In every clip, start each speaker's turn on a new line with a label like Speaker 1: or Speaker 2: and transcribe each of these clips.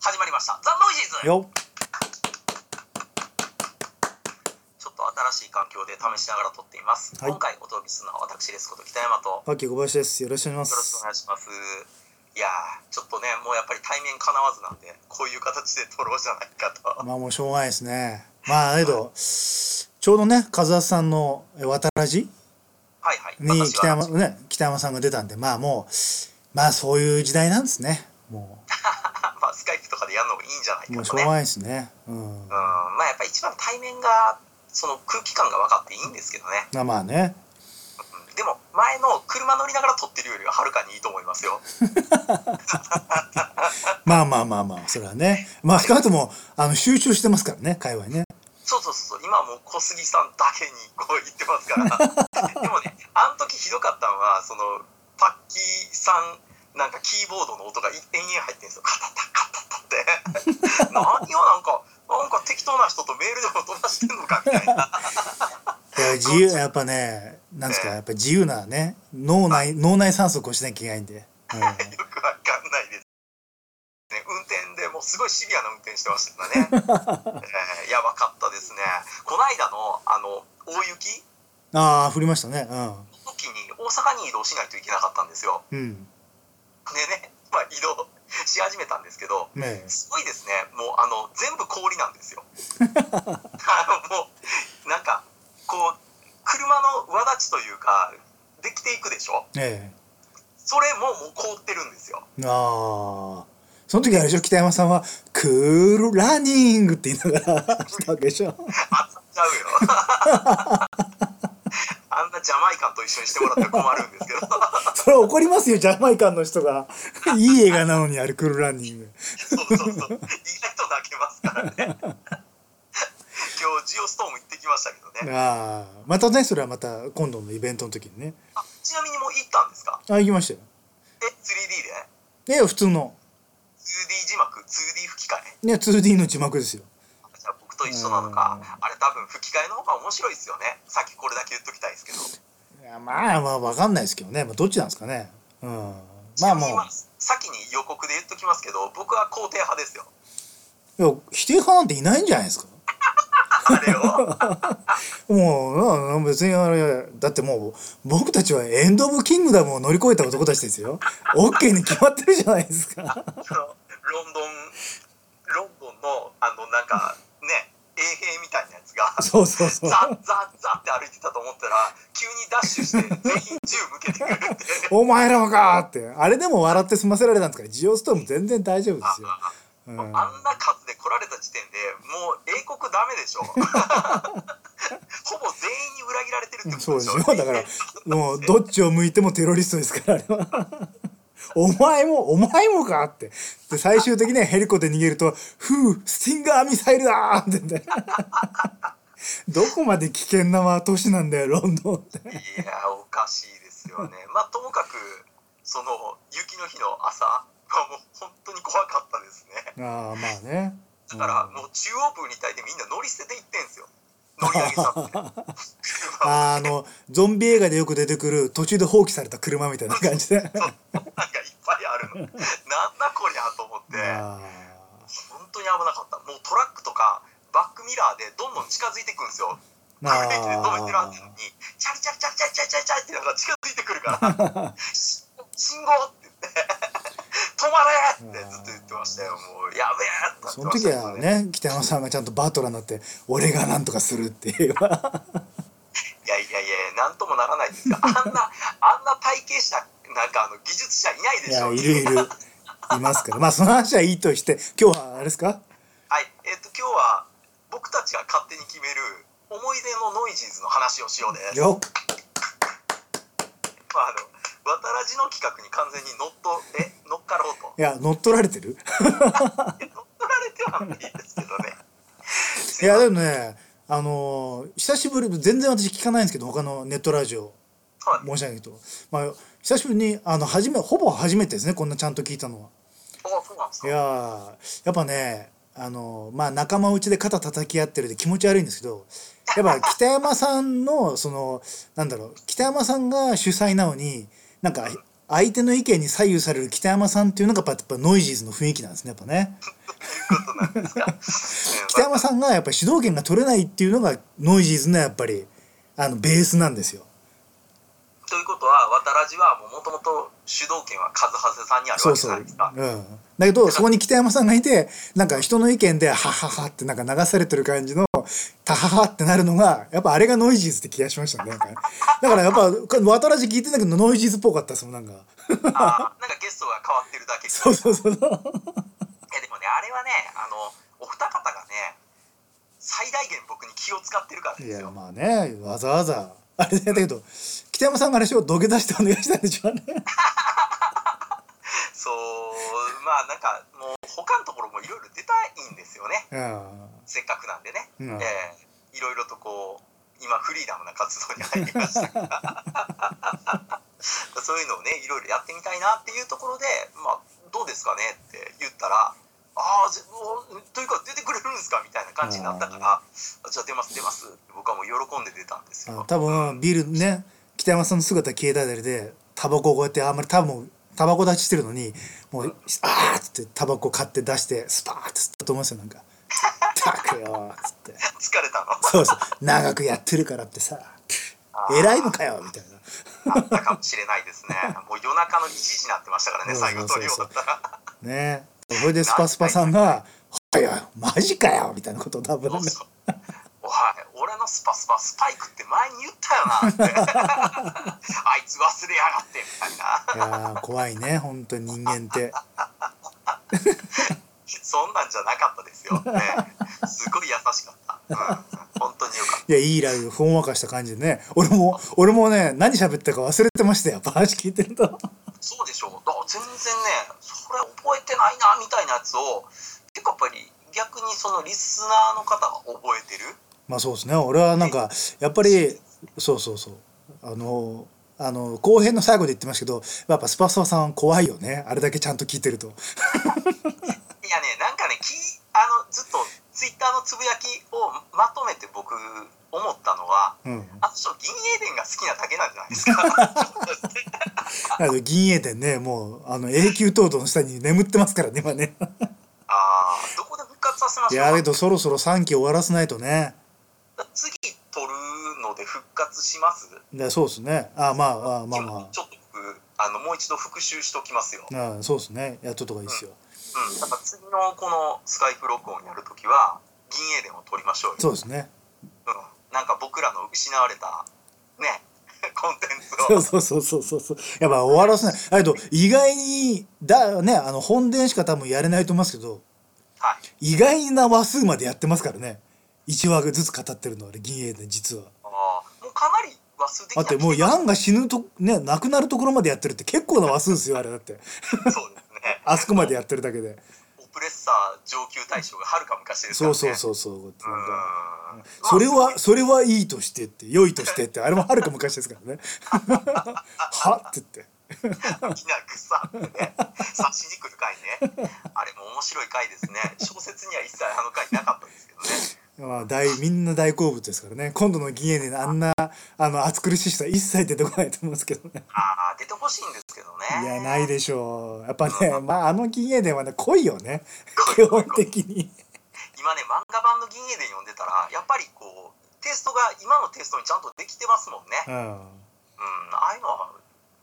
Speaker 1: 始まりました「ザ・ノイジーズ」
Speaker 2: よ
Speaker 1: ちょっと新しい環境で試しながら撮っています、
Speaker 2: はい
Speaker 1: 今回お届けするのは私ですこと北山とよ
Speaker 2: っ、秋小林です。よろしくお願いしま
Speaker 1: ろしくお
Speaker 2: す。
Speaker 1: 願いしますいやーちょっとねもうやっぱり対面かなわずなんでこういう形で撮ろうじゃないかと、
Speaker 2: まあもうしょうがないですね。まあだけど、ちょうどね、和田さんのえ渡らじ
Speaker 1: はいはい
Speaker 2: に
Speaker 1: 私
Speaker 2: 北
Speaker 1: は
Speaker 2: 山、ね、北山さんが出たんで、まあもう、まあそういう時代なんですね。も、
Speaker 1: まあ、スカイプとかでやるのもいいんじゃないう
Speaker 2: もう
Speaker 1: か
Speaker 2: し
Speaker 1: と
Speaker 2: ょう
Speaker 1: ね
Speaker 2: が
Speaker 1: うん
Speaker 2: ないですね。うん。ま
Speaker 1: まあやっぱり一番対面がその空気感が分かっていいんですけどね、
Speaker 2: あまあね。
Speaker 1: うんでも前の車乗りながら撮ってるよりははるかにいいと思いますよ
Speaker 2: まあまあまあまあ、それはね。まあ少なくとも、あの、集中してますからね、会話にね。
Speaker 1: そうそうそうそう今はもう小杉さんだけにこう言ってますからでもねあの時ひどかったのはそのパッキーさんなんかキーボードの音が延々入ってるんですよカタタカタタって何をなんかなんか適当な人とメールでも飛ばしてんのかみたいな
Speaker 2: いや自由、やっぱね、なんですか、やっぱ自由なね、脳内、脳内酸素をしなきゃいけないんで。う
Speaker 1: よ
Speaker 2: ん
Speaker 1: くわかんないですね運転でもうすごいシビアな運転してましたね、えーやばかったですねこの間のあの大雪
Speaker 2: ああ、降りましたね。う
Speaker 1: の時に大阪に移動しないといけなかったんですよ
Speaker 2: ん。うん。
Speaker 1: でね、まあ、移動し始めたんですけど、
Speaker 2: ねえ。
Speaker 1: すごいですね、もうあの全部氷なんです よ。あのもうなんかこう車の輪立ちというかできていくでしょ
Speaker 2: え
Speaker 1: それももう凍ってるんですよ。
Speaker 2: えああその時あれでしょ北山さんは「クールランニング」って言いながらしたわけでしょ
Speaker 1: あ っちゃうよ。 あんなジャマイカンと一緒にしてもらったら困るんですけど
Speaker 2: それ怒りますよジャマイカンの人がいい映画なのにあれクールランニング
Speaker 1: そうそうそう意外と泣けますから ね今日ジオストーム行ってきましたけどね
Speaker 2: ああまたねそれはまた今度のイベントの時にね
Speaker 1: あちなみにもう行ったんですか
Speaker 2: あ行きましたよ
Speaker 1: え 3D で
Speaker 2: いや普通の、
Speaker 1: 2D 字幕 2D 吹き替え
Speaker 2: ね、2D の字幕ですよ
Speaker 1: じゃあ僕と一緒なのかあれ多分吹き替えの方が面白いですよねさっきこれだけ言っときたいですけど
Speaker 2: いやまあまあ分かんないですけどね、まあ、どっちなんですかねうんまあもう
Speaker 1: ちなみに今先に予告で言っときますけど僕は肯定派です よ
Speaker 2: いや否定派なんていないんじゃないですか
Speaker 1: あれを
Speaker 2: もうな別にあれだってもう僕たちはエンド・オブ・キングダムを乗り越えた男たちですよ。オッケーに決まってるじゃないですか。
Speaker 1: そのロンドンロンドンのあのなんかね衛兵みたいなやつが
Speaker 2: そうそうそう。
Speaker 1: ザッザッザッって歩いてたと思ったら急にダッシュして全員銃向けてくるっていう
Speaker 2: お前らもかーってあれでも笑って済ませられたんですからジオストーム全然大丈夫で
Speaker 1: あ
Speaker 2: すよ。
Speaker 1: あ
Speaker 2: うん、
Speaker 1: ああんな数で来られた時点でもう英国ダメで しょほぼ全員に裏切られてるって
Speaker 2: そ
Speaker 1: こと
Speaker 2: う
Speaker 1: で
Speaker 2: で
Speaker 1: し
Speaker 2: す
Speaker 1: ょ
Speaker 2: よだからもうどっちを向いてもテロリストですからあれは。お前もお前もかってで最終的にはヘリコで逃げると「ふうスティンガーミサイルだ!」って ねどこまで危険な都市なんだよロンドンって。
Speaker 1: いやおかしいですよねまあともかくその雪の日の朝はもう本当に怖かったですね
Speaker 2: ああまあね
Speaker 1: だからもう中央部に対してみんな乗り捨てていってんすよ乗り上げちゃって 車を
Speaker 2: あーあのゾンビ映画でよく出てくる途中で放棄された車みたいな感じで
Speaker 1: なんかいっぱいあるのなんだこりゃと思って
Speaker 2: あ
Speaker 1: 本当に危なかったもうトラックとかバックミラーでどんどん近づいてくんですよ
Speaker 2: ー
Speaker 1: ブレーキで止めてるは
Speaker 2: あ
Speaker 1: ずなのにチャリチャリチャリチャリチャリチャリチャリってなんか近づいてくるからし信号って言って止まれってずっと言ってましたよもうやべえって
Speaker 2: ー
Speaker 1: なって
Speaker 2: その
Speaker 1: まし
Speaker 2: 時
Speaker 1: た
Speaker 2: はね北山さんがちゃんとバトラーになって「俺がなんとかする」っていう
Speaker 1: いやいやいやなんともならないですよあんなあんな体型者なんかあの技術者いない
Speaker 2: い
Speaker 1: でし
Speaker 2: や
Speaker 1: ょ
Speaker 2: いるいるいますからまあその話はいいとして今日はあれですか
Speaker 1: はいえっ、と今日は僕たちが勝手に決める思い出のノイジーズの話をしようです
Speaker 2: よ
Speaker 1: まあ、あの渡らじの企画に完全に乗っとえ乗っかろうと
Speaker 2: いや乗っ取られてる
Speaker 1: いや乗っ取られてはないですけどね
Speaker 2: いやでもねあのー久しぶり全然私聞かないんですけど他のネットラジオ
Speaker 1: はい
Speaker 2: 申し訳ないけど、まあ、久しぶりにあの初めほぼ初めてですねこんなちゃんと聞いたのは。
Speaker 1: お そうなんです
Speaker 2: い
Speaker 1: か
Speaker 2: やーやっぱねあのまあ仲間内で肩叩き合ってるで気持ち悪いんですけどやっぱ北山さんのそのなんだろう北山さんが主催なのになんか相手の意見に左右される北山さんっていうのがやっぱやっぱノイジーズの雰囲気なんですねやっぱね。
Speaker 1: いうことなんですか。うん
Speaker 2: 北山さんがやっぱり主導権が取れないっていうのがノイジーズのやっぱりあのベースなんですよ。
Speaker 1: ということは、渡らじはもともと主導権は和ズさんにある
Speaker 2: そ
Speaker 1: わ
Speaker 2: う
Speaker 1: けじ
Speaker 2: そ。
Speaker 1: ゃないうですか。
Speaker 2: うん。だけどそこに北山さんがいてなんか人の意見でハハハってなんか流されてる感じのタハハってなるのがやっぱあれがノイジーズって気がしましたね。なんかだからやっぱ渡らじ聞いてんだけどノイジーズっぽかったですもんなんか。
Speaker 1: あーなんかゲストが変わってるだけ。
Speaker 2: そうそうそう。
Speaker 1: いやでもね、あれはね、あの、お二方がね、最大限僕に気を使ってるから
Speaker 2: い
Speaker 1: です
Speaker 2: や
Speaker 1: よ。
Speaker 2: まあねわざわざあれだけど北山さんがあれを土下座してお願いしたんでしょうね。
Speaker 1: そう、まあなんか、もう他のところもいろいろ出たいんですよね。
Speaker 2: うん。
Speaker 1: せっかくなんでね。
Speaker 2: うん
Speaker 1: えーいろいろとこう、今フリーダムな活動に入りま したからそういうのをね、いろいろやってみたいなっていうところで、まあ、どうですかねって言ったら、ああ、ぜおというか出てくれるんですかみたいな感じになったから、じゃあ出ます出ますって僕はもう喜んで出たんです
Speaker 2: あ
Speaker 1: よ
Speaker 2: の。多分ビールね北山さんの姿消えたあたりでタバコをこうやってあんまり多分タバコ立ちしてるのにもう「あーっつってタバコ買って出してスパーッて吸ったと思うんですよなんか「たくよ」っつって
Speaker 1: 疲れたの。
Speaker 2: 「そうそう長くやってるからってさ偉いのかよ」みたいな
Speaker 1: あったかもしれないですね。もう夜中の1時になってましたからね、最後撮りようだったら。
Speaker 2: ねそれでスパスパさんが「はいやマジかよ」みたいなことを多分
Speaker 1: どう
Speaker 2: ね
Speaker 1: ぞ。 おい、俺のスパスパスパイクって前に言 ったよなって。あいつ忘れやがってみたいな。
Speaker 2: いやー怖いね本当に人間って
Speaker 1: そんなんじゃなかったですよ。ね、すごい優しかった。うん、本当によかった。
Speaker 2: いやいいライブほんわかした感じでね俺も俺もね何喋ったか忘れてましたよやっぱ話聞いてると。
Speaker 1: そうでしょう。だから全然ね、それ覚えてないなみたいなやつを、結構やっぱり逆にそのリスナーの方が覚えてる。
Speaker 2: まあそうですね俺はなんかやっぱりそうそうそうあのあの後編の最後で言ってましたけどやっぱスパスパさん怖いよねあれだけちゃんと聞いてると
Speaker 1: いやね、なんかね、きあのずっとツイッターのつぶやきをまとめて僕、思ったのは、
Speaker 2: うん
Speaker 1: あの人、銀英伝が好きなだけなんじゃないです か。
Speaker 2: あの銀英伝ねもうあの永久凍土の下に眠ってますからね今ね
Speaker 1: ああ、どこで復活させま
Speaker 2: い
Speaker 1: しょ
Speaker 2: やだけ
Speaker 1: う
Speaker 2: どそろそろ3期終わらせないとね
Speaker 1: か次取るので復活します
Speaker 2: でそうですねあまああまあま
Speaker 1: ちょっと僕、あの、もう一度復習しときますよ。うん。
Speaker 2: ああそうですねやっとった方がいいですよ
Speaker 1: やっぱ次のこのスカイプ録音やるときは、銀英伝を取りましょうよ。
Speaker 2: そうですね
Speaker 1: うん。なんか僕らの失われた、ね、 コンテンツ
Speaker 2: そ
Speaker 1: を
Speaker 2: う。そうそうそうそうそうやっぱ終わらせないあれと意外にだねあの本殿しか多分やれないと思いますけど
Speaker 1: はい。
Speaker 2: 意外な話数までやってますからね1話ずつ語ってるのあれ銀英で実は
Speaker 1: ああ、もうかなり忘れてき
Speaker 2: だ
Speaker 1: た
Speaker 2: ってもうヤンが死ぬとね亡くなるところまでやってるって結構な話数ですよあれだって
Speaker 1: そうですね。
Speaker 2: あそこまでやってるだけで
Speaker 1: オプレッサー上級大将がはるか昔ですか
Speaker 2: そ
Speaker 1: ら
Speaker 2: う
Speaker 1: ね。
Speaker 2: そう
Speaker 1: う。
Speaker 2: そうそう
Speaker 1: うん。
Speaker 2: それ
Speaker 1: まあ
Speaker 2: はそれはいいとしてって良いとしてってあれもはるか昔ですからね はって言って
Speaker 1: きな草ってね、刺しに来る回ね。あれも面白い回ですね。小説には一切あの回なかったですけどね。
Speaker 2: まあ大みんな大好物ですからね今度の銀英であんなあの暑苦しい人は一切出てこないと思うんですけどね
Speaker 1: ああ、出てほしいんですけど
Speaker 2: いや
Speaker 1: ね。
Speaker 2: ないでしょうやっぱねまああの銀英伝はね濃いよね基本的に
Speaker 1: 今ね、漫画版の銀英伝読んでたら、やっぱりこう、テイストが今のテイストにちゃんとできてますもんね。
Speaker 2: うん
Speaker 1: うん、ああいうのは、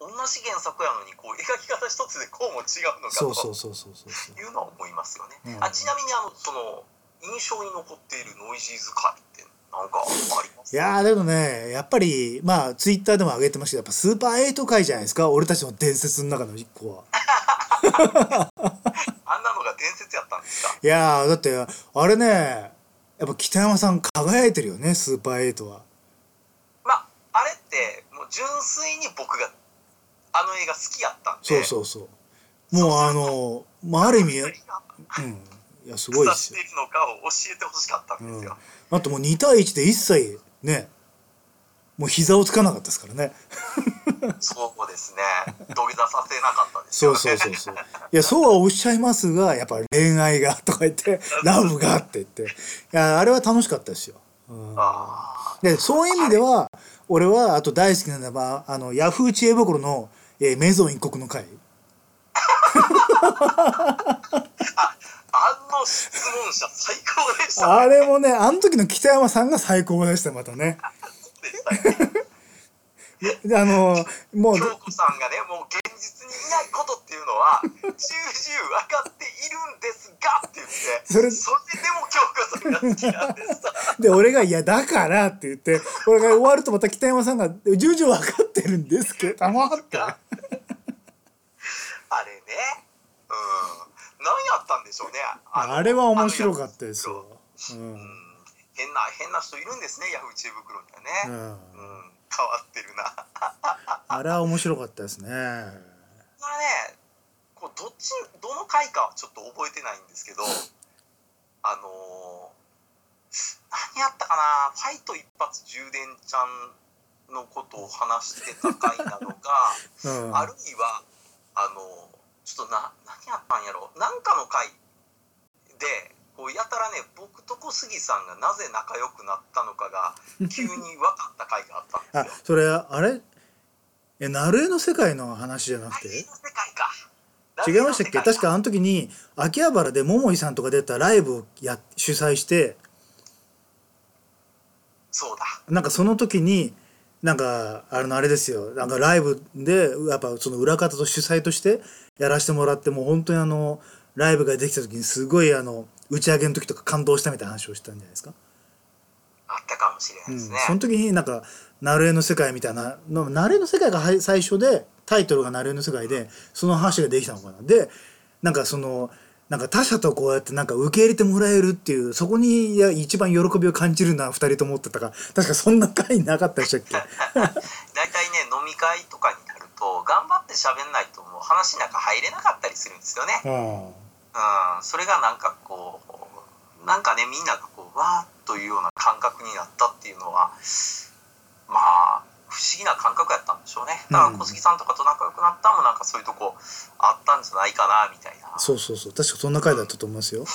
Speaker 1: 同じ原作やのに、こう、描き方一つでこうも違うのか
Speaker 2: そう
Speaker 1: と
Speaker 2: そうそうそうそうそう
Speaker 1: いうのは思いますよね。
Speaker 2: うん
Speaker 1: あちなみにあのその印象に残っているノイジーズ回ってなんかあります
Speaker 2: いやーでもねやっぱりまあツイッターでも上げてましたけどやっぱスーパーエイト回じゃないですか俺たちの伝説の中の一個は
Speaker 1: あんなのが伝説やったんですか。
Speaker 2: いやーだってあれねやっぱ北山さん輝いてるよねスーパーエイトは
Speaker 1: まああれってもう純粋に僕があの映画好きやったんで。
Speaker 2: そうそうそうもうあのまあある意味うん
Speaker 1: 何が
Speaker 2: いやすごいで
Speaker 1: 腐
Speaker 2: す
Speaker 1: し
Speaker 2: よ
Speaker 1: ているのかを教えてほしかったんですよ。
Speaker 2: だってもう2対1で一切ねもう膝をつかなかったですからね
Speaker 1: そうですね。土下座させなかったです
Speaker 2: そ
Speaker 1: よ
Speaker 2: う
Speaker 1: ね。
Speaker 2: そうそうそういやそうはおっしゃいますがやっぱ恋愛がとか言 ってラブがって言っていやあれは楽しかったですよ、うん、
Speaker 1: あ
Speaker 2: でそういう意味では俺はあと大好きなのはあのヤフー知恵袋の、えーメゾン一国の会
Speaker 1: あ、あのすン車最高でした、ね。
Speaker 2: あれもねあの時の北山さんが最高でしたまたね
Speaker 1: でしたね
Speaker 2: であのもう
Speaker 1: 京子さんがねもう現実にいないことっていうのは重々分かっているんですがって言って
Speaker 2: そ
Speaker 1: そ
Speaker 2: れ
Speaker 1: れでも京子さんが好きなんです
Speaker 2: で俺が「いやだから」って言って俺が終わるとまた北山さんが「重々分かってるんですけども」って
Speaker 1: が あれねうん何やったんでしょうねの
Speaker 2: あれは面白かったですよ、う
Speaker 1: うんん変な変な人いるんですねヤフー知恵袋には
Speaker 2: う
Speaker 1: ね、
Speaker 2: ん、
Speaker 1: うん変わってるな
Speaker 2: あれは面白かったですね
Speaker 1: まあね、こうどっちどの回かはちょっと覚えてないんですけど、あのー何やったかな、ファイト一発充電ちゃんのことを話してた回なのか、
Speaker 2: うん
Speaker 1: あるいはあのーちょっとな何やったんやろ、なんかの回で。こうやたらね僕と小杉さんがなぜ仲良くなったのか が急に分かった回があったんですよ
Speaker 2: あ。それあれえナルエの世界の話じゃなくて
Speaker 1: 大変な世界か
Speaker 2: 違いましたっけ確かあの時に秋葉原で桃井さんとか出たライブをや主催して
Speaker 1: そうだ
Speaker 2: なんかその時になんかあのあれですよなんかライブでやっぱその裏方と主催としてやらせてもらってもう本当にあのライブができた時にすごいあの打ち上げの時とか感動したみたいな話をしたんじゃないですか。
Speaker 1: あったかもしれないですね。
Speaker 2: その時になんか「ナルエの世界」みたいなの「ナルエの世界」がはい最初でタイトルが「ナルエの世界で」その話ができたのかなでなんかそのなんか他者とこうやってなんか受け入れてもらえるっていうそこにいや一番喜びを感じるな2人とも思ってたから確かそんな回なかったでしたっ け
Speaker 1: 大体ね飲み会とかになると頑張って喋んないともう話の中入れなかったりするんですよね。
Speaker 2: あ
Speaker 1: うん、それがなんかこうなんかねみんながこうわーっというような感覚になったっていうのはまあ不思議な感覚やったんでしょうね。だから小杉さんとかと仲良くなったのもなんかそういうとこあったんじゃないかなみたいな。
Speaker 2: そうそうそう確かそんな回だったと思いますよ。
Speaker 1: うん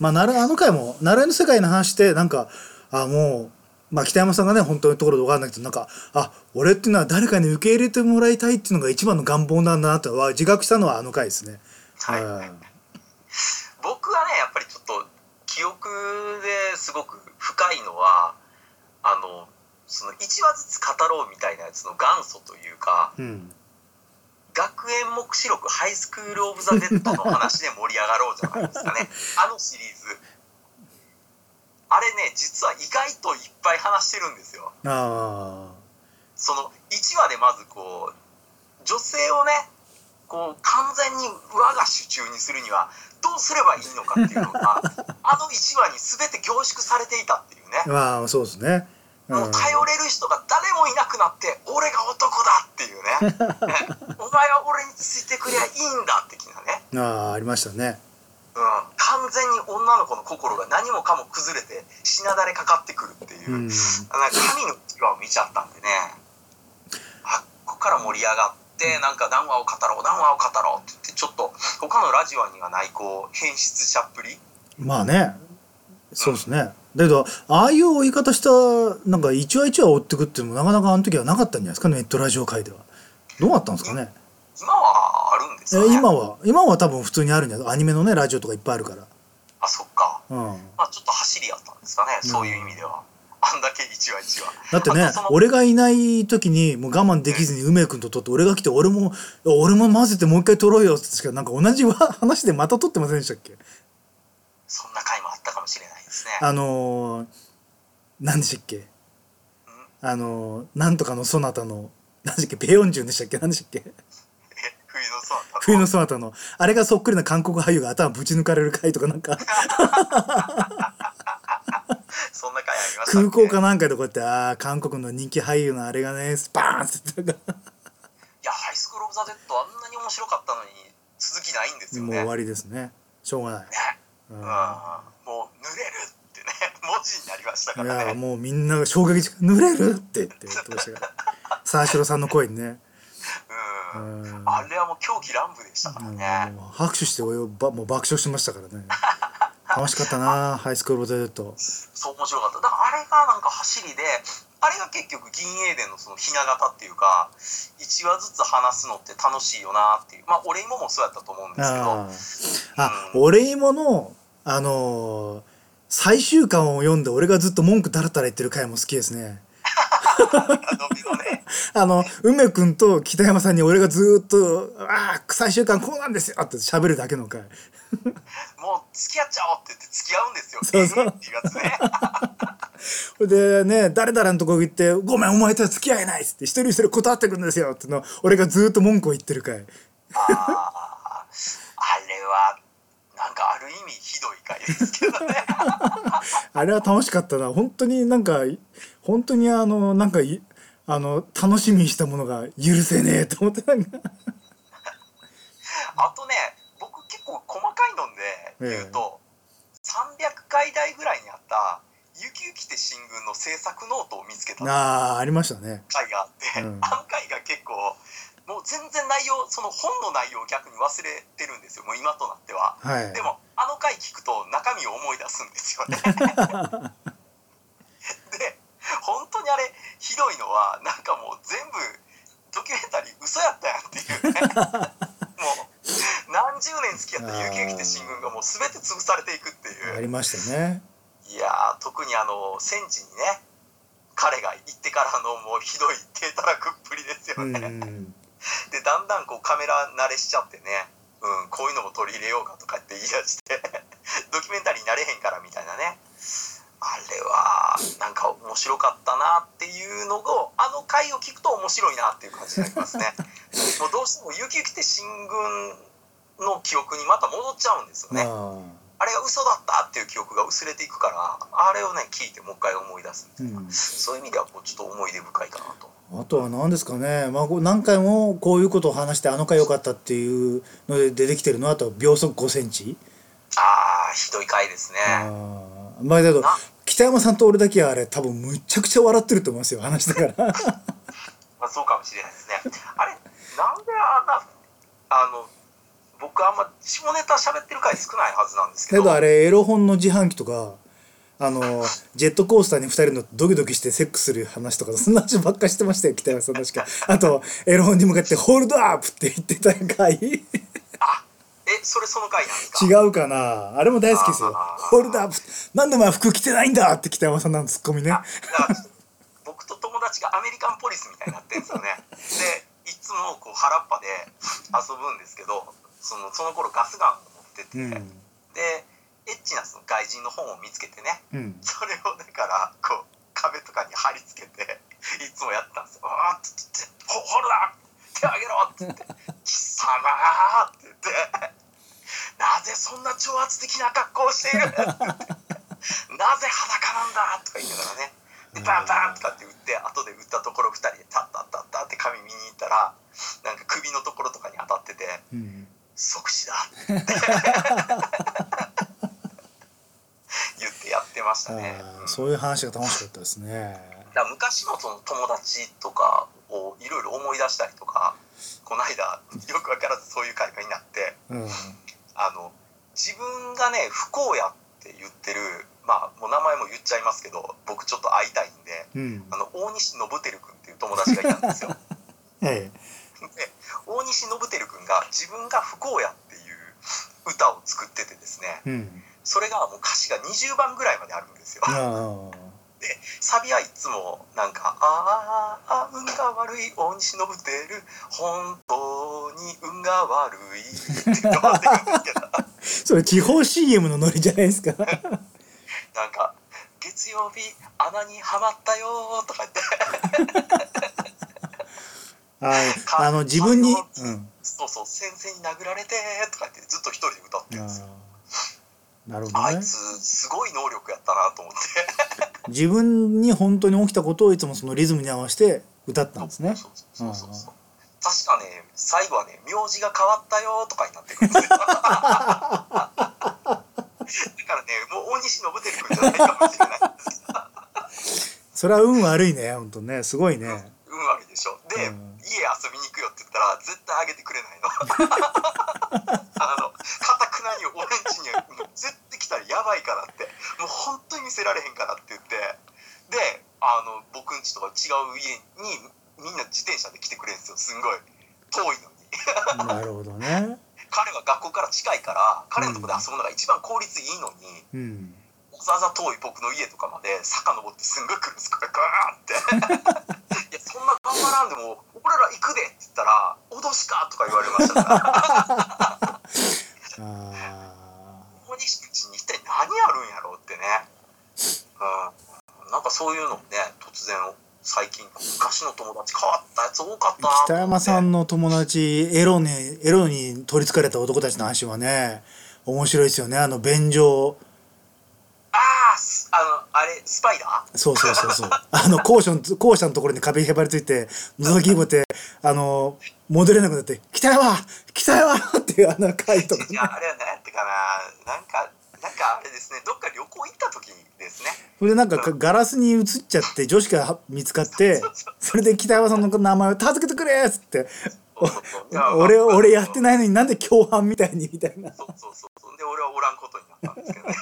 Speaker 2: まあ、なるあの回も「ナルエの世界」の話でなんかあもう、まあ、北山さんがね本当のところで分かんないけどなんかあ俺っていうのは誰かに受け入れてもらいたいっていうのが一番の願望なんだなとは自覚したのはあの回ですね。
Speaker 1: はい
Speaker 2: うん
Speaker 1: 僕はねやっぱりちょっと記憶ですごく深いのはあのその1話ずつ語ろうみたいなやつの元祖というか
Speaker 2: うん
Speaker 1: 学園目視録ハイスクール・オブ・ザ・デッドの話で盛り上がろうじゃないですか ねあのシリーズあれね実は意外といっぱい話してるんですよ
Speaker 2: あ
Speaker 1: その1話でまずこう女性をねこう完全に我が手中にするにはどうすればいいのかっていうの があの1話に全て凝縮されていたっていう
Speaker 2: ー
Speaker 1: ね
Speaker 2: まあそうですね。うん
Speaker 1: もう頼れる人が誰もいなくなって俺が男だっていうね お前は俺についてくりゃいいんだ的なね、
Speaker 2: ああありましたね。
Speaker 1: うん、完全に女の子の心が何もかも崩れてしなだれかかってくるっていう、
Speaker 2: うん
Speaker 1: なんか神の牙を見ちゃったんでねあここから盛り上がってなんか何話を語ろう何話を語ろうって言ってちょっと他のラジオにはないこう変質者っぷり
Speaker 2: まあねそうですね。だけどああいう追い方したなんか一話一話追ってくっていうのもなかなかあの時はなかったんじゃないですかネットラジオ界では。どうなったんですかね。
Speaker 1: 今はあるんです
Speaker 2: え
Speaker 1: かね
Speaker 2: 今は今は多分普通にあるんじゃないアニメのねラジオとかいっぱいあるから
Speaker 1: あそっか、
Speaker 2: うん
Speaker 1: まあ、ちょっと走りやったんですかねそういう意味では、あんだけ一話一話
Speaker 2: だってね
Speaker 1: あとその
Speaker 2: 俺がいない時にもう我慢できずに梅君と撮って俺が来て俺も俺も混ぜてもう一回撮ろうよってしかなんか同じわ話でまた撮ってませんでしたっけ
Speaker 1: そんな回もあったかもしれないですね
Speaker 2: あのー、何でしたっけあのー、なんとかのそなたの何でしたっけペヨンジュンでしたっけ何でしたっけ
Speaker 1: え冬の空だと
Speaker 2: 冬のそなたのあれがそっくりな韓国俳優が頭ぶち抜かれる回とかなんか
Speaker 1: そんな回ありましたっ
Speaker 2: 空
Speaker 1: け
Speaker 2: 港かなんかでこうやってああ韓国の人気俳優のあれがねスパーンってなんか
Speaker 1: いやハイスクール・オブ・ザ・デッドあんなに面白かったのに続きないんですよ
Speaker 2: もう
Speaker 1: ね
Speaker 2: 終わりですね。しょうがない。
Speaker 1: ね
Speaker 2: うん
Speaker 1: うん、もう濡れるってね 文字になりましたか
Speaker 2: い
Speaker 1: ら
Speaker 2: や
Speaker 1: ね
Speaker 2: もうみんなが衝撃時間濡れるってって言ってましたから。沢城さんの声にね。
Speaker 1: う、
Speaker 2: うんん
Speaker 1: あれはもう狂気乱舞でしたからね、
Speaker 2: もう拍手しておよばもう爆笑してましたからね。楽しかったなハイスクールオブザデッド。
Speaker 1: そう面白かっただからあれがなんか走りであれが結局銀英伝のそのひな形っていうか1話ずつ話すのって楽しいよなっていうまあ俺今もそうやったと思うんですけど
Speaker 2: あーあ
Speaker 1: うん
Speaker 2: 俺芋のあのー最終巻を読んで俺がずっと文句だらだら言ってる回も好きですね。
Speaker 1: あのビのね、
Speaker 2: あの梅君と北山さんに俺がずーっと「ああ最終巻こうなんですよ」って喋るだけの回
Speaker 1: もう付き合っちゃおうって言って付き合うんですよ。
Speaker 2: そうそ
Speaker 1: ええ
Speaker 2: う
Speaker 1: っていうやつね。
Speaker 2: それでね誰々のとこ行って「ごめんお前とは付き合えない」っつって「一人一人断ってくるんですよ」っての俺がずーっと文句を言ってる回
Speaker 1: あれは、なんかある意味ひどい回ですけ どね。
Speaker 2: あれは楽しかったな本当になんか本当にあのなんかいあの楽しみにしたものが許せねえと思ってなんか
Speaker 1: あとね、僕結構細かいので言うと、300回台ぐらいにあった、ゆきゆきて新軍の制作ノートを見つけた回が
Speaker 2: あーありましたね
Speaker 1: あって、
Speaker 2: うん
Speaker 1: あの回が結構、もう全然内容、その本の内容を逆に忘れてるんですよ、もう今となっては。
Speaker 2: はい
Speaker 1: でも、あの回聞くと中身を思い出すんですよ ね。で、本当にあれ、ひどいのは、なんかもう全部、ドキュメンタリー嘘やったやんっていうね。 もう、何十年付き合ったゆきゆきって新軍がもう全て潰されていくってい
Speaker 2: あり
Speaker 1: う。
Speaker 2: ましたね
Speaker 1: いやー、特にあの、戦時にね、彼が行ってからのもうひどい手たらくっぷりです
Speaker 2: う
Speaker 1: よね。
Speaker 2: ん
Speaker 1: で、だんだんこうカメラ慣れしちゃってね、うん、こういうのも取り入れようかとかって言い出して、 ドキュメンタリーになれへんからみたいなね。あれは、なんか面白かったなっていうのを、あの回を聞くと面白いなっていう感じになりますね。もうどうしても、ゆきゆきって新軍の記憶にまた戻っちゃうんですよ
Speaker 2: ま
Speaker 1: ね。
Speaker 2: あ
Speaker 1: あれが嘘だったっていう記憶が薄れていくから、あれをね、聞いてもう一回思い出すみたいな。
Speaker 2: うん
Speaker 1: そういう意味では、こうちょっと思い出深いかなと。
Speaker 2: あとは何ですかね、まあ、こう何回もこういうことを話してあの回良かったっていうので出てきてるのはあとは秒速5センチ、
Speaker 1: ああ、ひどい回ですね。
Speaker 2: あーまあだけど北山さんと俺だけはあれ多分むちゃくちゃ笑ってると思いますよ話だ から。
Speaker 1: まあ、そうかもしれないですね。あれ、なんであんな、あの、僕あんま下ネタ喋ってる回少ないはずなんですけ
Speaker 2: け
Speaker 1: ど。
Speaker 2: どあれエロ本の自販機とか あのジェットコースターに2人のドキドキしてセックスする話とかそんな話ばっかしてましたよ北山さん確かあとエロ本に向かって「ホールドアップ!」って言ってた回違
Speaker 1: あ、え、それその回なんですか
Speaker 2: うかなあれも大好きですよ
Speaker 1: あ
Speaker 2: 「
Speaker 1: ー
Speaker 2: ホールドアップ!」なんでお前服着てないんだって北山さんのツッコミね
Speaker 1: あだから 僕と友達がアメリカンポリスみたいになってるんですよね。で、いつもこう腹っぱで遊ぶんですけど、そのその頃ガスガンを持ってて、
Speaker 2: うん
Speaker 1: で、エッチなその外人の本を見つけてね、
Speaker 2: うん
Speaker 1: それをだからこう壁とかに貼り付けていつもやってたんですよ「あーっ!」って言って「ほほら手あげろ!」って言 って「貴様!」って言って「なぜそんな挑発的な格好をしている?」って言って「なぜ裸なんだ!」とか言いながらねでバンバンとかって打って後で打ったところ2人で「タッタッタッタ」って髪見に行ったらなんか首のところとかに当たってて
Speaker 2: うん
Speaker 1: 「即死だ!」って言ってやってました
Speaker 2: あ
Speaker 1: ね。
Speaker 2: ーそういう話が楽しかったですね
Speaker 1: だから昔のその友達とかをいろいろ思い出したりとかこの間よく分からずそういう会話になって
Speaker 2: うん
Speaker 1: あの自分がね不幸やって言ってるまあもう名前も言っちゃいますけど僕ちょっと会いたいんで
Speaker 2: うん
Speaker 1: あの大西信輝君っていう友達がいたん ですよ。
Speaker 2: え
Speaker 1: で大西信輝君が自分が不幸やっていう歌を作っててですね
Speaker 2: えうん
Speaker 1: それがもう歌詞が20番ぐらいまであるんですよ。
Speaker 2: あ
Speaker 1: サビはいつもなんか「ああ運が悪い大西信輝本当に運が悪い」って言ってくるんですけど
Speaker 2: ーそれ地方 CM のノリじゃないですか
Speaker 1: なんか「月曜日穴にはまったよ」とか言って
Speaker 2: はいあの自分に、うん
Speaker 1: 「そうそう先生に殴られて」とか言ってずっと一人で歌ってるんですよ。
Speaker 2: あーなるほ
Speaker 1: あ
Speaker 2: どね
Speaker 1: いつすごい能力やったなと思って
Speaker 2: 自分に本当に起きたことをいつもそのリズムに合わせて歌ったんですね
Speaker 1: そうそうそうそう確かね最後はね名字が変わったよとかになってくるんです よだからねもう大西信輝君じゃないかもしれない
Speaker 2: それは運悪いね本当ねすごいね
Speaker 1: 運悪いでしょで、
Speaker 2: うん
Speaker 1: 家遊びに行くよって言ったら絶対あげてくれない のあのかたくなに俺んちにもう絶対来たらやばいからってもう本当に見せられへんからって言ってであの僕んちとか違う家にみんな自転車で来てくれるんですよすんごい遠いのに
Speaker 2: なるほどね
Speaker 1: 彼は学校から違近いから彼のとこで遊ぶのが一番効率いいのに、
Speaker 2: うん
Speaker 1: わざわざ遠い僕の家とかまで坂登ってすんごい来るんですからガーンっていやそんな頑張らんでも俺ら行くでって言ったら脅しかとか言われましたから
Speaker 2: あー
Speaker 1: ここに一体何やるんやろうってね、うん、なんかそういうのもね突然最近昔の友達変わったやつ多かったな
Speaker 2: 北山さ
Speaker 1: と思って
Speaker 2: んの友達エロにエロに取りつかれた男たちの話はね面白いですよねあの便乗
Speaker 1: あーすあのあれスパイダー
Speaker 2: そうそうそうそうあの校舎の校舎のところに壁にへばりついて覗き棒ってあの戻れなくなって「北山北山!」っていうあの回とか
Speaker 1: い
Speaker 2: ね
Speaker 1: やあれは何やったかななんかなんかあれですねどっか旅行行った時ですね
Speaker 2: それでなんかかガラスに映っちゃって女子が見つかってそれで北山さんの名前を「助けてくれ!」っつって「俺俺やって
Speaker 1: い
Speaker 2: ないのになんで共犯みたいに」みたいな。
Speaker 1: そうそうそうそうで俺はおらんことになったんですけどね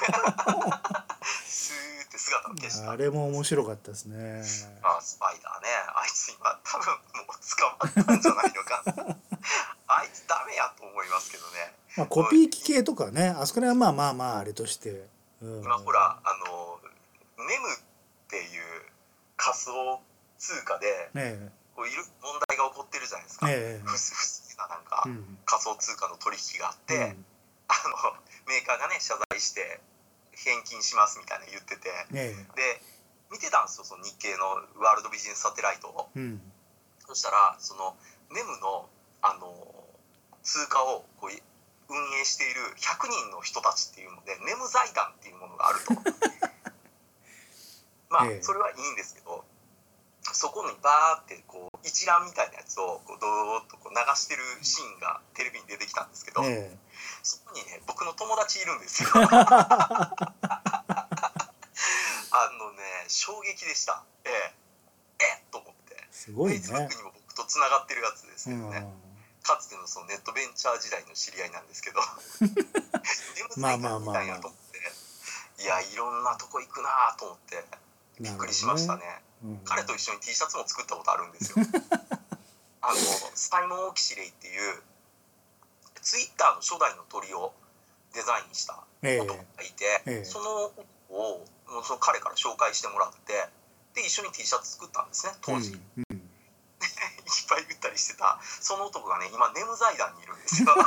Speaker 1: スーって姿を消した
Speaker 2: あれも面白かったですね。
Speaker 1: あスパイダーねあいつ今多分もう捕まったんじゃないのかあいつダメやと思いますけどね
Speaker 2: まあ、コピー機系とかね、あそこら辺はまあまあまああれとして。うん
Speaker 1: 今ほらあのネムっていう仮想通貨で
Speaker 2: ねえ
Speaker 1: こういる問題が起こってるじゃないですか、
Speaker 2: ええ
Speaker 1: 不不正ななんか、
Speaker 2: うん
Speaker 1: 仮想通貨の取引があって、あのメーカーがね謝罪して返金しますみたいなの言ってて
Speaker 2: うんねえ
Speaker 1: で見てたんですよその日経のワールドビジネスサテライトを
Speaker 2: うん
Speaker 1: そしたらそのネムのあの通貨をこうい運営している100人の人たちっていうのでネム財団っていうものがあ るとまあ
Speaker 2: ええ
Speaker 1: それはいいんですけどそこにバーってこう一覧みたいなやつをこうドーッとこう流してるシーンがテレビに出てきたんですけど、
Speaker 2: ねえ
Speaker 1: そこにね、僕の友達いるんです よ。あのね、衝撃でした。ええ、えっと思って。
Speaker 2: すごい
Speaker 1: Facebook
Speaker 2: ね。
Speaker 1: にも僕とつながってるやつです
Speaker 2: う
Speaker 1: けど
Speaker 2: ん
Speaker 1: ね、かつてのそのネットベンチャー時代の知り合いなんですけど、でも
Speaker 2: まあ
Speaker 1: 最
Speaker 2: ま
Speaker 1: 近みたい
Speaker 2: あまあ
Speaker 1: なと思って、いや、いろんなとこ行くなぁと思って、びっくりしましたね。
Speaker 2: うん
Speaker 1: 彼と一緒に T シャツも作ったことあるん ですよ。あのサイモン・オキシレイっていうツイッターの初代の鳥をデザインした
Speaker 2: え
Speaker 1: 男がいて、
Speaker 2: ええ
Speaker 1: その男をもうその彼から紹介してもらってで一緒に T シャツ作ったんですね
Speaker 2: え
Speaker 1: 当時、いっ
Speaker 2: うんうん
Speaker 1: ぱい売ったりしてたその男がね今ネム財団にいるんですよ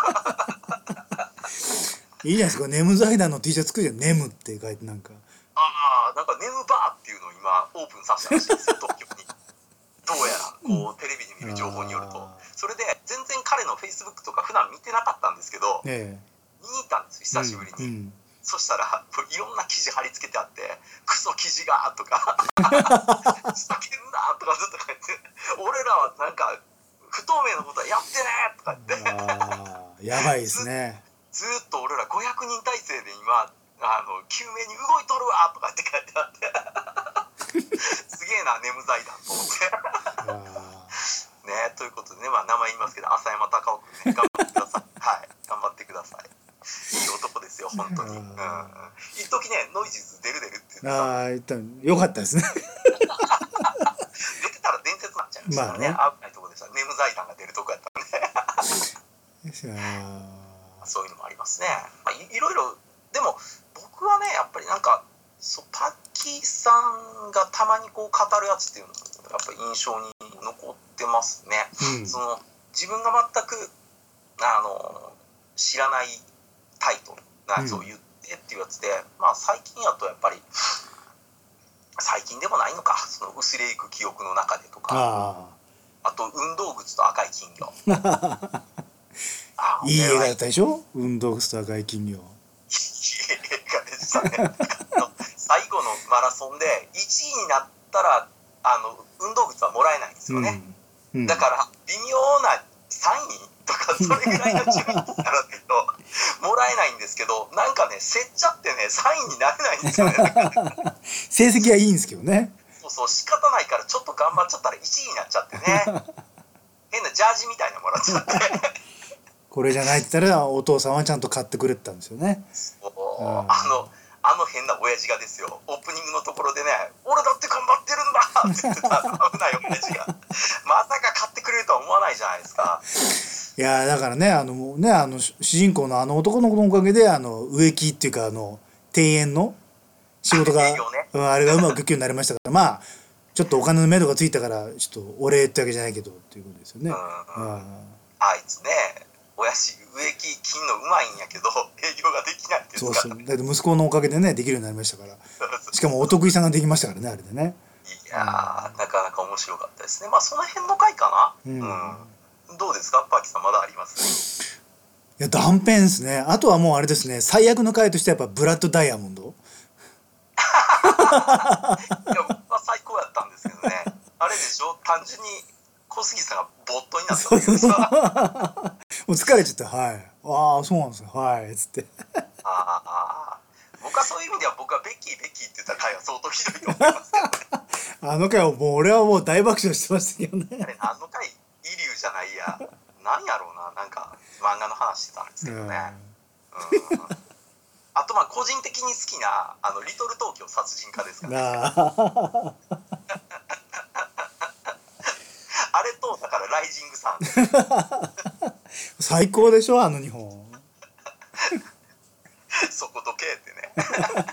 Speaker 2: いいじゃないですか。ネム財団の T シャツ作るじゃん。ネムって書いてなんか。
Speaker 1: ああなんかネムバーっていうのを今オープンさせたらしいんですよ東京 にどうやらこうテレビで見る情報によると
Speaker 2: あー
Speaker 1: それで全然彼の Facebook とか普段見てなかったんですけど
Speaker 2: ええ
Speaker 1: 見に行ったんですよ久しぶりに、
Speaker 2: うんうん
Speaker 1: そしたらこういろんな記事貼り付けてあって「クソ記事が」と か「ふざけんな」とかずっと書いて「俺らはなんか不透明なことはやってね」とか言って
Speaker 2: あーやばいですね。
Speaker 1: ずーっと俺ら500人体制で今あの救命に動いとるわとかって書いてあって すげえな眠財団と思って
Speaker 2: あ
Speaker 1: ねということでね、まあ、名前言いますけど浅山隆夫君ね頑張ってくださいはい頑張ってくださいいい男ですよ本当に
Speaker 2: う
Speaker 1: うんん一時ねノイジーズ出る出るって言って
Speaker 2: ー
Speaker 1: た
Speaker 2: あー、一旦良かったですね。
Speaker 1: 出てたら伝説になっちゃいましたからね,、
Speaker 2: ま
Speaker 1: 危ないところでしたネム財団が出るとこやったら
Speaker 2: あー
Speaker 1: そういうのもありますね、まあ、いいろいろでも僕はねやっぱりなんかそうパッキーさんがたまにこう語るやつっていうのがやっぱ印象に残ってますね、
Speaker 2: うん
Speaker 1: その自分が全くあの知らないタイトルなやつを言ってっていうやつで、まあ最近やとやっぱり最近でもないのかその薄れいく記憶の中でとか
Speaker 2: あ
Speaker 1: あと運動靴と赤い金 魚。あ
Speaker 2: あ、いい映画
Speaker 1: これはい
Speaker 2: だ
Speaker 1: い
Speaker 2: ったでしょ。運動靴と赤い金魚。
Speaker 1: 映画でしたね。最後のマラソンで1位になったらあの運動靴はもらえないんですよね。
Speaker 2: うん。うん
Speaker 1: だから微妙な3位とかそれぐらいの順位にならない ともらえないんですけど、なんかねせっちゃってね3位になれないんですよ ね。
Speaker 2: 成績はいいんですけどね。
Speaker 1: そうそう仕方ないからちょっと頑張っちゃったら1位になっちゃって ね。変なジャージみたいなのもらっちゃって。
Speaker 2: これじゃないって言ったらお父さんはちゃんと買ってくれてたんですよね。
Speaker 1: お
Speaker 2: うん
Speaker 1: あのああの変な親父がですよオープニングのところでね「俺だって頑張ってるんだ!」 って言ってた危ない親父がまさか買ってくれるとは思わないじゃないですか
Speaker 2: いやーだからねあのねあの主主人公のあの男の子のおかげであの植木っていうかあの庭園の仕事が
Speaker 1: あいいよね
Speaker 2: うんあれがうまくいくようになりましたからまあちょっとお金の目処がついたからちょっとお礼ってわけじゃないけどっていうことですよね。
Speaker 1: うん
Speaker 2: あ
Speaker 1: あいつね親父植木切んのうまいんやけど営業ができないってい
Speaker 2: そうう
Speaker 1: か
Speaker 2: そうだって息子のおかげでねできるようになりましたからしかもお得意さんができましたからねあれでね。
Speaker 1: いやーなかなか面白かったですねまあその辺の回かな
Speaker 2: うん
Speaker 1: うん、どうですかパーキーさんまだあり ます
Speaker 2: いや断片ですねあとはもうあれですね最悪の回としてはやっぱブラッドダイヤモンド
Speaker 1: いや、まあ、最高やったんですけどね。あれでしょ単純に小杉さんがボットになったわけですあ
Speaker 2: もう疲れちゃってはいああそうなんですねはいつって
Speaker 1: あ僕はそういう意味では僕はベッキーベッキーって言った回は相当ひどいと思 いますけどね。
Speaker 2: あの回はもう俺はもう大爆笑してましたけどね
Speaker 1: あれ何の回イリューじゃないや。なんやろうななんか漫画の話してたんですけどね。うんあとまあ個人的に好きなあのリトル東京殺人家ですか
Speaker 2: うん
Speaker 1: ら、ね、
Speaker 2: なあ
Speaker 1: あれとだからライジング さん
Speaker 2: 最高でしょあの2本
Speaker 1: そこどけってね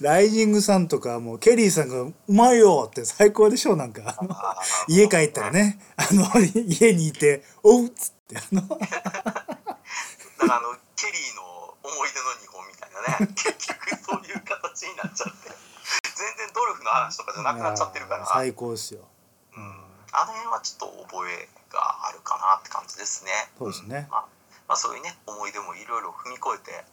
Speaker 2: ライジングさんとかもうケリーさんが「うまいよ!」って最高でしょなんかあの
Speaker 1: あー
Speaker 2: 家帰ったらねあの家にいて「おう!」っつってあの
Speaker 1: だからあのケリーの思い出の日本みたいなね結局そういう形になっちゃって全然ドルフの話とかじゃなくなっちゃってるから、うん、
Speaker 2: 最高ですよ
Speaker 1: あの辺はちょっと覚えがあるかなって感じですね
Speaker 2: そうですね
Speaker 1: んまあ、まあそういうね思い出もいろいろ踏み越えて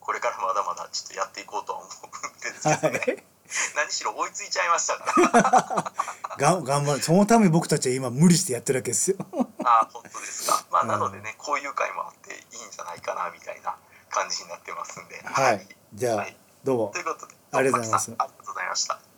Speaker 1: これからまだまだちょっとやっていこうとは思うんです
Speaker 2: は
Speaker 1: けどね、
Speaker 2: い
Speaker 1: 何しろ追いついちゃいましたから
Speaker 2: がん頑張るそのために僕たちは今無理してやってるわけですよ
Speaker 1: ああ本当ですかまあ
Speaker 2: うん
Speaker 1: なのでね、こういう回もあっていいんじゃないかなみたいな感じになってますんで
Speaker 2: はいじゃあ
Speaker 1: はい
Speaker 2: どうも
Speaker 1: ということで
Speaker 2: ありがとうございます
Speaker 1: パキさんありがとうございました